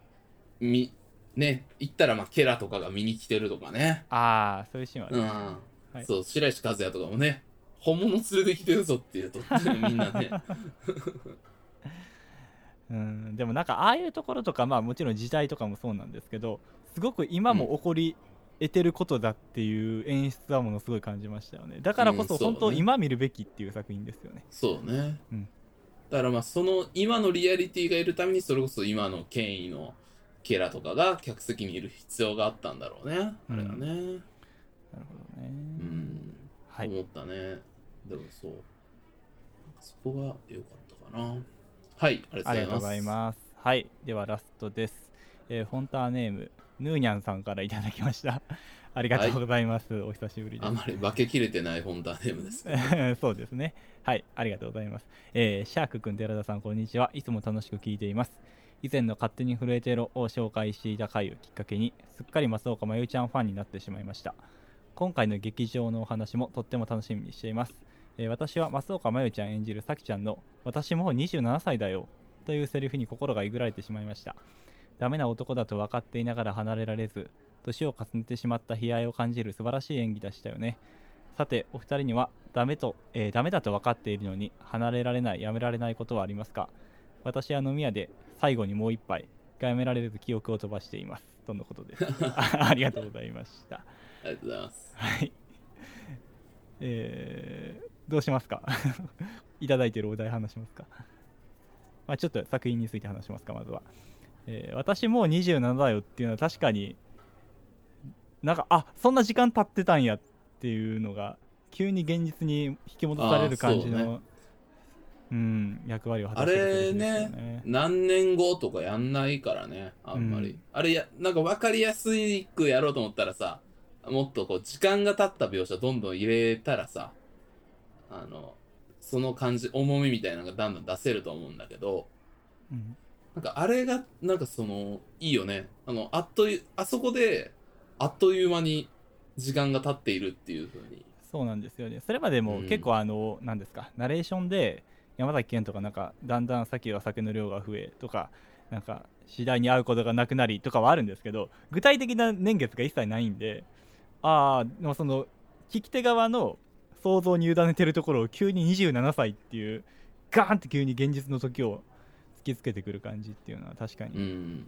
[SPEAKER 1] うみね言ったらまあケラとかが見に来てるとかね。
[SPEAKER 2] ああそういうシーンはあ
[SPEAKER 1] う
[SPEAKER 2] る
[SPEAKER 1] ん、
[SPEAKER 2] い
[SPEAKER 1] そう白石和也とかもね本物連れてきてるぞっていうとみんなね。
[SPEAKER 2] うん、でもなんかああいうところとかまあもちろん時代とかもそうなんですけどすごく今も起こり得てることだっていう演出はものすごい感じましたよねだからこ
[SPEAKER 1] う
[SPEAKER 2] そ
[SPEAKER 1] んそうね
[SPEAKER 2] 本当今見るべきっていう作品ですよね、
[SPEAKER 1] そうね、
[SPEAKER 2] うん
[SPEAKER 1] だからまあその今のリアリティがいるためにそれこそ今の権威のケラとかが客席にいる必要があったんだろうねあれはねうん、
[SPEAKER 2] なるほどね、はい
[SPEAKER 1] 思ったねでもそうそこが良かったかなはいあり
[SPEAKER 2] あり
[SPEAKER 1] がと
[SPEAKER 2] がとう
[SPEAKER 1] う
[SPEAKER 2] ご
[SPEAKER 1] ご
[SPEAKER 2] ざ
[SPEAKER 1] ざ
[SPEAKER 2] い
[SPEAKER 1] いま
[SPEAKER 2] ます。はい、ではラストです。えーフォンターネーム、ヌーニャンさんからいただきました。ありがとうございます。お久しぶり
[SPEAKER 1] す
[SPEAKER 2] です。
[SPEAKER 1] あまり化けきれてないフォンターネームですけど
[SPEAKER 2] そうですね。はい、ありがとうございます。えーシャークくん、寺田さん、こんにちは。いつも楽しく聞いています。以前の勝手に震えてろを紹介していた回をきっかけにすっかり松岡真由ちゃんファンになってしまいました今回の劇場のお話もとっても楽しみにしています、えー私は松岡真由ちゃん演じる咲ちゃんの「私もう27歳だよ」というセリフに心がえぐられてしまいましたダメな男だと分かっていながら離れられず年を重ねてしまった悲哀を感じる素晴らしい演技でしたよねさてお二人にはダメと、えーダメだと分かっているのに離れられないやめられないことはありますか私は飲み屋で最後にもう一杯がやめられず記憶を飛ばしていますとのことですあありがとうございました
[SPEAKER 1] ありがとうございます。
[SPEAKER 2] はいえーどうしますか いただいてるお題話しますか、まあ、ちょっと作品について話しますかまずは、えー私もう27だよっていうのは確かになんかあそんな時間経ってたんやっていうのが急に現実に引き戻される感じ
[SPEAKER 1] あー
[SPEAKER 2] の,、
[SPEAKER 1] そう
[SPEAKER 2] ん役割を果たしてる作品ですよ
[SPEAKER 1] あれ何年後とかやんないからね、あんまり。
[SPEAKER 2] うん
[SPEAKER 1] あれや、なんか分かりやすくやろうと思ったらさ、もっとこう、時間が経った描写どんどん入れたらさ、あの、その感じ、重みみたいなのがだんだん出せると思うんだけど、
[SPEAKER 2] うん
[SPEAKER 1] なんかあれが、なんかその、いいよね。あの、あっという、あそこで、あっという間に時間が経っているっていう風に。
[SPEAKER 2] そうなんですよね。それまでも
[SPEAKER 1] うん
[SPEAKER 2] 結構あの、なんですか、ナレーションで山崎賢とかなんか、だんだん酒は酒の量が増えとか、なんか、次第に会うことがなくなりとかはあるんですけど、具体的な年月が一切ないんで、ああ、でもその、聞き手側の想像に委ねてるところを急に27歳っていう、ガーンって急に現実の時を突きつけてくる感じっていうのは確か
[SPEAKER 1] う
[SPEAKER 2] に、
[SPEAKER 1] ん。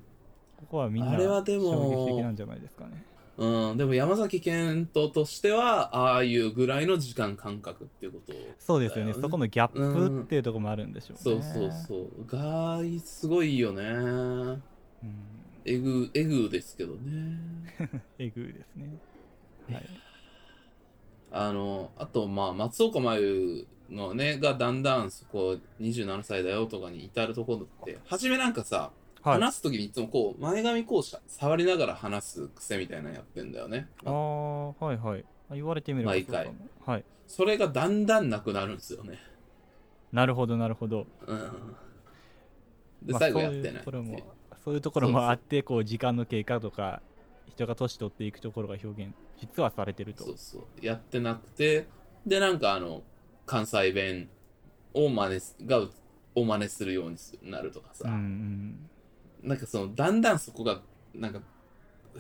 [SPEAKER 2] ここはみんな
[SPEAKER 1] あれは
[SPEAKER 2] 衝
[SPEAKER 1] でも
[SPEAKER 2] 撃的なんじゃないですかね。
[SPEAKER 1] うん、でも山崎賢人としては、ああいうぐらいの時間感覚っていうことだよね
[SPEAKER 2] そうですよね、そこのギャップっていうところもあるんでしょうね。
[SPEAKER 1] そうそうそう。が、すごいよね。
[SPEAKER 2] うん
[SPEAKER 1] えぐ、えぐですけどね。
[SPEAKER 2] えぐいですね。はい。
[SPEAKER 1] あの、あと、まあ、松岡真優のね、がだんだんそこ、27歳だよとかに至るところって、初めなんかさ、
[SPEAKER 2] はい、
[SPEAKER 1] 話すときにいつもこう、前髪こうさ触りながら話す癖みたいなのやってんだよね。
[SPEAKER 2] ああ、はいはい。あ言われてみればそう
[SPEAKER 1] 毎
[SPEAKER 2] かも
[SPEAKER 1] 回
[SPEAKER 2] はい。
[SPEAKER 1] それがだんだんなくなるんですよね。
[SPEAKER 2] なるほど、なるほど。
[SPEAKER 1] うん。で、
[SPEAKER 2] まあ
[SPEAKER 1] 最後やってない
[SPEAKER 2] そういうところも
[SPEAKER 1] っていう、
[SPEAKER 2] そういうところもあって、こう、時間の経過とか、人が年取っていくところが表現、実はされてると。
[SPEAKER 1] そうそう。やってなくて、で、なんかあの、関西弁を真似す、が、を真似するようにすなるとかさ、
[SPEAKER 2] うんうん。
[SPEAKER 1] なんかその、だんだんそこが、なんか、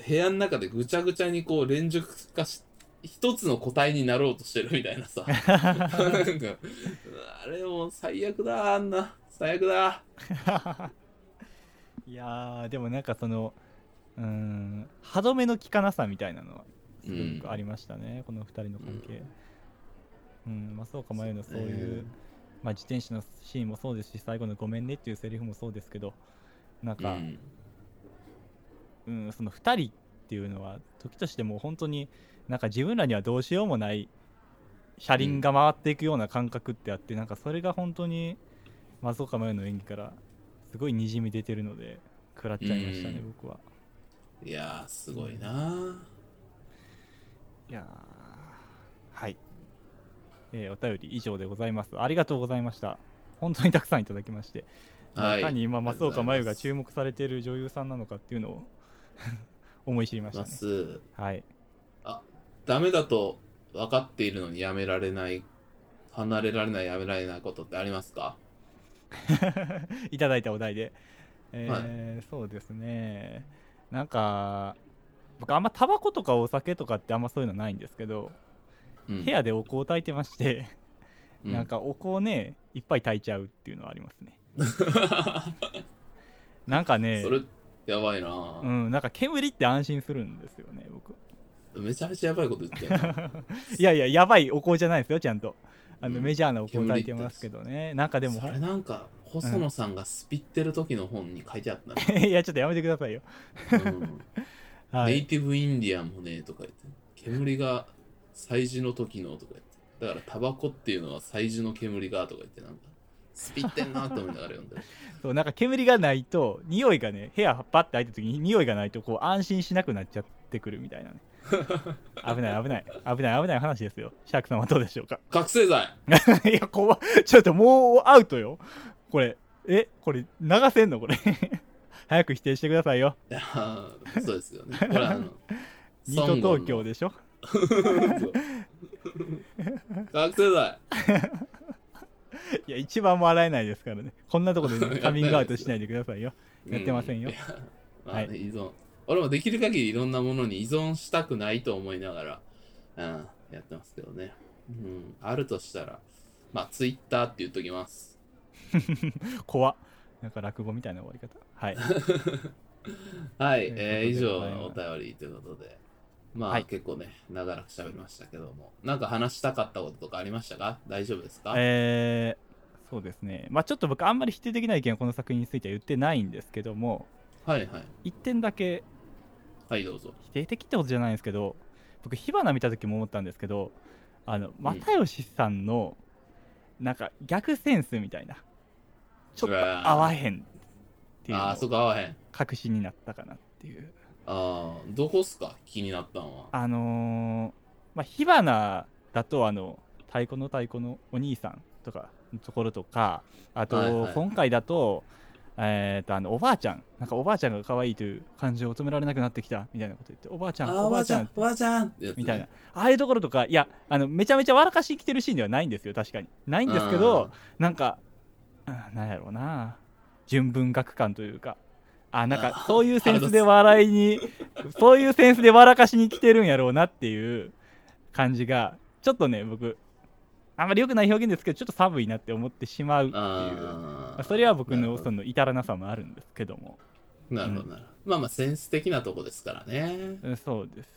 [SPEAKER 1] 部屋の中でぐちゃぐちゃにこう連熟化し、一つの個体になろうとしてるみたいな さ、なんか、あれもう最悪だ、あんな、最悪だ。
[SPEAKER 2] いやー、でもなんかその、うーん、歯止めの効かなさみたいなのは、
[SPEAKER 1] う
[SPEAKER 2] す
[SPEAKER 1] ん
[SPEAKER 2] ごくありましたね、この2人の関係。うん、まあ、そうか、迷うの、そういう、
[SPEAKER 1] ね
[SPEAKER 2] まあ、自転車のシーンもそうですし、最後のごめんねっていうセリフもそうですけど、なん
[SPEAKER 1] う
[SPEAKER 2] か、
[SPEAKER 1] ん、
[SPEAKER 2] うんその2人っていうのは、時としてもう本当に、なんか自分らにはどうしようもない、車輪が回っていくような感覚ってあって、なんかそれが本当に、松岡真優の演技から、すごいにじみ出てるので、食らっちゃいましたね、
[SPEAKER 1] うん
[SPEAKER 2] 僕は。
[SPEAKER 1] いやー、すごいな。
[SPEAKER 2] いやーはい、えーお便り以上でございますありがとうございました本当にたくさんいただきまして、
[SPEAKER 1] はい。
[SPEAKER 2] いかに今松岡真優が注
[SPEAKER 1] 目
[SPEAKER 2] 目されている女優さんなのかっていうのを 思い知りました
[SPEAKER 1] ま
[SPEAKER 2] ね
[SPEAKER 1] す。
[SPEAKER 2] はい
[SPEAKER 1] ダメだと分かっているのにやめられない、離れられない、やめられないことってありますか
[SPEAKER 2] いただいたお題で、えーそうですねなんか僕あんまタバコとかお酒とかってあんまそういうのないんですけど、
[SPEAKER 1] うん
[SPEAKER 2] 部屋でお香を炊いてまして、
[SPEAKER 1] うん
[SPEAKER 2] なんかお香をねいっぱい炊いちゃうっていうのはありますね なんかね
[SPEAKER 1] それ、やばいな
[SPEAKER 2] う、ん、なんか煙って安心するんですよね、僕。
[SPEAKER 1] めちゃめちゃやばいこと言ってる。
[SPEAKER 2] いやいや、やばいお香じゃないですよ、ちゃんと。あの、
[SPEAKER 1] うん
[SPEAKER 2] メジャーなお香炊いてますけどね。なんかでも
[SPEAKER 1] そ、れなんか、細野さんがスピってる時の本に書いてあったね
[SPEAKER 2] いや、ちょっとやめてくださいよ。
[SPEAKER 1] うん
[SPEAKER 2] は
[SPEAKER 1] ネイ
[SPEAKER 2] い。
[SPEAKER 1] ティブインディアンもね、とか言って。煙が祭事の時のとか言って。だから、タバコっていうのは祭事の煙がとか言って、なんか、スピってんなと思いながら読んでる。
[SPEAKER 2] そう、なんか煙がないと、匂いがね、部屋パッて開いた時に匂いがないと、こう、安心しなくなっちゃってくるみたいなね。危ない、危ない、危ない、危ない話ですよ。シャークさんはどうでしょうか
[SPEAKER 1] 覚醒剤
[SPEAKER 2] いや、怖っちょっともうアウトよ。これ、え、これ、流せんのこれ。 早く否定してくださいよ。
[SPEAKER 1] いやーそうですよね。これあ の、
[SPEAKER 2] ニート東京でしょ
[SPEAKER 1] そう学生だ
[SPEAKER 2] いや、一番も洗えないですからね。こんなとこでね、カミングアウトしないでくださいよ。やってませんよ
[SPEAKER 1] いやまあ
[SPEAKER 2] は
[SPEAKER 1] 依存俺もできる限りいろんなものに依存したくないと思いながら、うん、やってますけどね。うん、あるとしたら、まあ、ツイッターって言っときます。
[SPEAKER 2] 怖っ。なんか落語みたいな終わり方。はい。
[SPEAKER 1] はい、
[SPEAKER 2] と
[SPEAKER 1] えー
[SPEAKER 2] い
[SPEAKER 1] 以
[SPEAKER 2] う
[SPEAKER 1] 上
[SPEAKER 2] ことで
[SPEAKER 1] のお便りということで、まあ、
[SPEAKER 2] はい
[SPEAKER 1] 結構ね、長らく喋りましたけども、なんか話したかったこととかありましたか大丈夫ですか、
[SPEAKER 2] えー、そうですね。まあちょっと僕、あんまり否定的な意見はこの作品については言ってないんですけども、
[SPEAKER 1] はいはい。
[SPEAKER 2] 一点だけ
[SPEAKER 1] はい、どうぞ。
[SPEAKER 2] 否定的ってことじゃないんですけど、僕、火花見た時も思ったんですけど、あの、又吉さんの、なんか逆センスみたいな、ちょっ
[SPEAKER 1] う
[SPEAKER 2] と
[SPEAKER 1] わー
[SPEAKER 2] 合わへんっていうの
[SPEAKER 1] ああ、そ
[SPEAKER 2] を
[SPEAKER 1] こ合わへん。
[SPEAKER 2] 確信になったかなっていう。
[SPEAKER 1] ああ、どこっすか気になったんは。
[SPEAKER 2] あのーまあ、火花だとあの太鼓の太鼓のお兄さんとかのところとかあと、
[SPEAKER 1] はいはい
[SPEAKER 2] 今回だと,、えー、とあのおばあちゃんなんかおばあちゃんが可愛いという感情を止められなくなってきたみたいなこと言っておばあちゃん
[SPEAKER 1] あ
[SPEAKER 2] お
[SPEAKER 1] お
[SPEAKER 2] ば
[SPEAKER 1] ば
[SPEAKER 2] あ
[SPEAKER 1] あ
[SPEAKER 2] ち
[SPEAKER 1] ち
[SPEAKER 2] ゃ
[SPEAKER 1] ゃ
[SPEAKER 2] ん
[SPEAKER 1] ん、おばあちゃんってやつ、
[SPEAKER 2] みたいな。ああいうところとかいやあのめちゃめちゃ笑かし生きてるシーンではないんですよ確かにないんですけどなんかあなんやろうな純文学感というかあなんか
[SPEAKER 1] あ
[SPEAKER 2] そういうセンスで笑い にそういうセンスで笑かしに来てるんやろうなっていう感じがちょっとね僕あんまり良くない表現ですけどちょっと寒いなって思ってしまうっていう
[SPEAKER 1] ああ。
[SPEAKER 2] それは僕
[SPEAKER 1] なる
[SPEAKER 2] の
[SPEAKER 1] ほど
[SPEAKER 2] その至らなさもあるんですけども
[SPEAKER 1] なるほど、なるほど。まあまあ、センス的なとこですからね。
[SPEAKER 2] うんそうです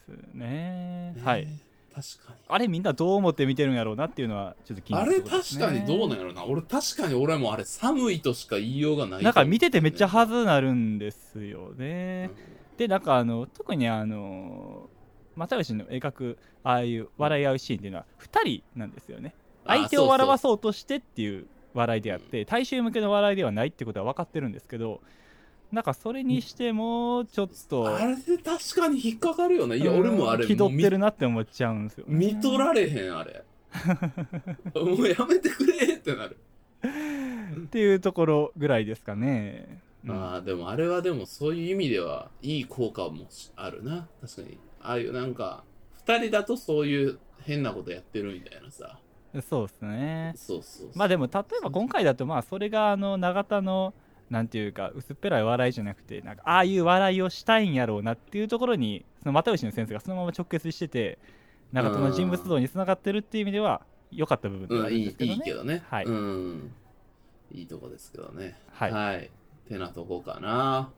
[SPEAKER 2] ねはい
[SPEAKER 1] ね。確かに。
[SPEAKER 2] あれみんなどう思って見てるんやろうなっていうのはちょっと気にな
[SPEAKER 1] あ
[SPEAKER 2] る
[SPEAKER 1] れ
[SPEAKER 2] ところです
[SPEAKER 1] 確
[SPEAKER 2] ね
[SPEAKER 1] かにどうなんやろな。俺確かに俺もあれ寒いとしか言いようがないと思う。
[SPEAKER 2] なんか見ててめっちゃは
[SPEAKER 1] ず、
[SPEAKER 2] ずなるんですよね、でなんかあの特にあの又吉の描くああいう笑い合うシーンっていうのは2人なんですよね相手を笑わ
[SPEAKER 1] す。
[SPEAKER 2] そうとしてっていう笑いであって大衆向けの笑いではないってことは分かってるんですけどなんかそれにしてもちょっと
[SPEAKER 1] あれで確かに引っかかるよね。いや、
[SPEAKER 2] うん
[SPEAKER 1] 俺もあれ、
[SPEAKER 2] 気
[SPEAKER 1] もう
[SPEAKER 2] 取
[SPEAKER 1] 見
[SPEAKER 2] ってるなって思っちゃうんですよね、
[SPEAKER 1] 見とられへん、あ れ。もうやめてくれってなる。
[SPEAKER 2] っていうところぐらいですかね、うん
[SPEAKER 1] ああでもあれはでもそういう意味ではいい効果もあるな確かにああいうなんか2人だとそういう変なことやってるみたいなさ
[SPEAKER 2] そうですね
[SPEAKER 1] そうそうそう
[SPEAKER 2] まあでも例えば今回だとまあそれがあの永田のなんていうか薄っぺらい笑いじゃなくてなんかああいう笑いをしたいんやろうなっていうところにその又吉の先生がそのまま直結してて永田の人物像につながってるっていう意味では良かった部分では
[SPEAKER 1] う
[SPEAKER 2] あ
[SPEAKER 1] ん、
[SPEAKER 2] るん
[SPEAKER 1] い
[SPEAKER 2] です
[SPEAKER 1] い
[SPEAKER 2] けど
[SPEAKER 1] い
[SPEAKER 2] ね、
[SPEAKER 1] いけどね
[SPEAKER 2] はい
[SPEAKER 1] うんいいとこですけどね
[SPEAKER 2] はい
[SPEAKER 1] てなとこかな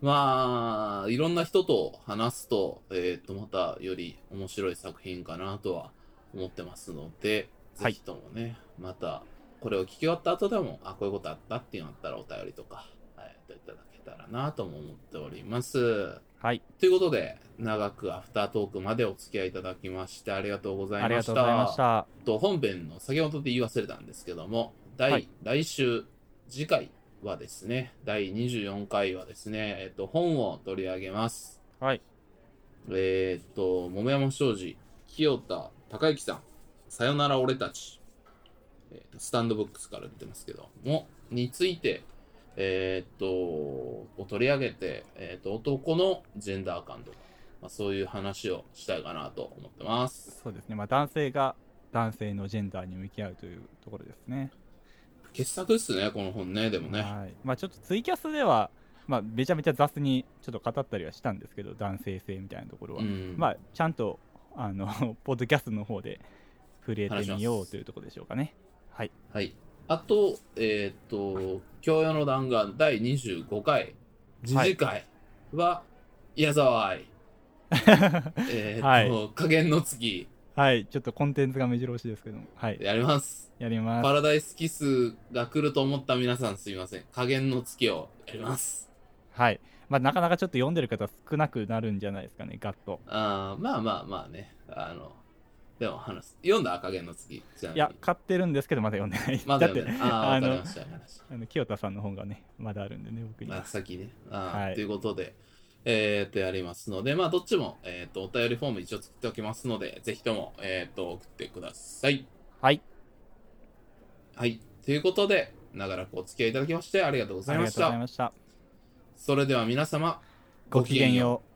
[SPEAKER 1] まあいろんな人と話すとえっ、とまたより面白い作品かなとは思ってますので
[SPEAKER 2] は
[SPEAKER 1] ぜ
[SPEAKER 2] い
[SPEAKER 1] ひともね、またこれを聞き終わった後でもあこういうことあったっていうのあったらお便りとか、はい、やっていただけたらなとも思っております
[SPEAKER 2] はい、
[SPEAKER 1] ということで長くアフタートークまでお付き合いいただきましてありがとうござい
[SPEAKER 2] あり
[SPEAKER 1] ま
[SPEAKER 2] が
[SPEAKER 1] し
[SPEAKER 2] と
[SPEAKER 1] た
[SPEAKER 2] うございました
[SPEAKER 1] えっと本編の先ほどで言い忘れたんですけども、第
[SPEAKER 2] はい
[SPEAKER 1] 来週、次回はですね、第24回はですね、えっと、本を取り上げます。
[SPEAKER 2] はい
[SPEAKER 1] えーっと、桃山商事、清田孝之さん、さよなら俺たち、えースタンドブックスから出てますけども、について、えーっと、を取り上げて、えーっと、男のジェンダー感とか、まあ、そういう話をしたいかなと思ってます。
[SPEAKER 2] そうですねまあ男性が男性のジェンダーに向き合うというところですね
[SPEAKER 1] 傑作ですね、この本ね、でもね。
[SPEAKER 2] はいまあ、ちょっとツイキャスでは、まあ、めちゃめちゃ雑にちょっと語ったりはしたんですけど男性性みたいなところは、
[SPEAKER 1] うん
[SPEAKER 2] まあ、ちゃんとあの ポッドキャストの方で触れてみようというところでしょうかね。はい、
[SPEAKER 1] はい。あと、えーっ、と、教養の弾丸第25回、次次回は、矢沢 愛。えーっと、
[SPEAKER 2] はい
[SPEAKER 1] 加減の月、
[SPEAKER 2] はい、ちょっとコンテンツが目白押しですけども、はい、
[SPEAKER 1] やります。
[SPEAKER 2] やります。
[SPEAKER 1] パラダイスキスが来ると思った皆さんすいません。加減の月をやります。
[SPEAKER 2] はいまあ、なかなかちょっと読んでる方少なくなるんじゃないですかね、ガッと。
[SPEAKER 1] あーまあまあまあね。あの、でも話す。読んだ加減の月。ちなみ
[SPEAKER 2] い
[SPEAKER 1] に
[SPEAKER 2] や、買ってるんですけど、まだ読んでない。
[SPEAKER 1] まだ
[SPEAKER 2] だって
[SPEAKER 1] 読んでない。ああ、
[SPEAKER 2] あ
[SPEAKER 1] わか
[SPEAKER 2] の
[SPEAKER 1] りました。わかりました。
[SPEAKER 2] あの清田さんの本がね、まだあるんでね、僕に
[SPEAKER 1] ま
[SPEAKER 2] は
[SPEAKER 1] あ、。先ね。あー
[SPEAKER 2] はい
[SPEAKER 1] ということで、えー、と、やりますので、まあ、どっちも、えー、と、お便りフォーム一応作っておきますので、ぜひとも、えー、と、送ってください。
[SPEAKER 2] はい、
[SPEAKER 1] はい。ということで、長らくお付き合いいただきまして、ありがとうござ
[SPEAKER 2] あ
[SPEAKER 1] い
[SPEAKER 2] り
[SPEAKER 1] ま
[SPEAKER 2] が
[SPEAKER 1] し
[SPEAKER 2] とうご
[SPEAKER 1] た。
[SPEAKER 2] ざいました。
[SPEAKER 3] それでは皆様、
[SPEAKER 1] ごきげんよう。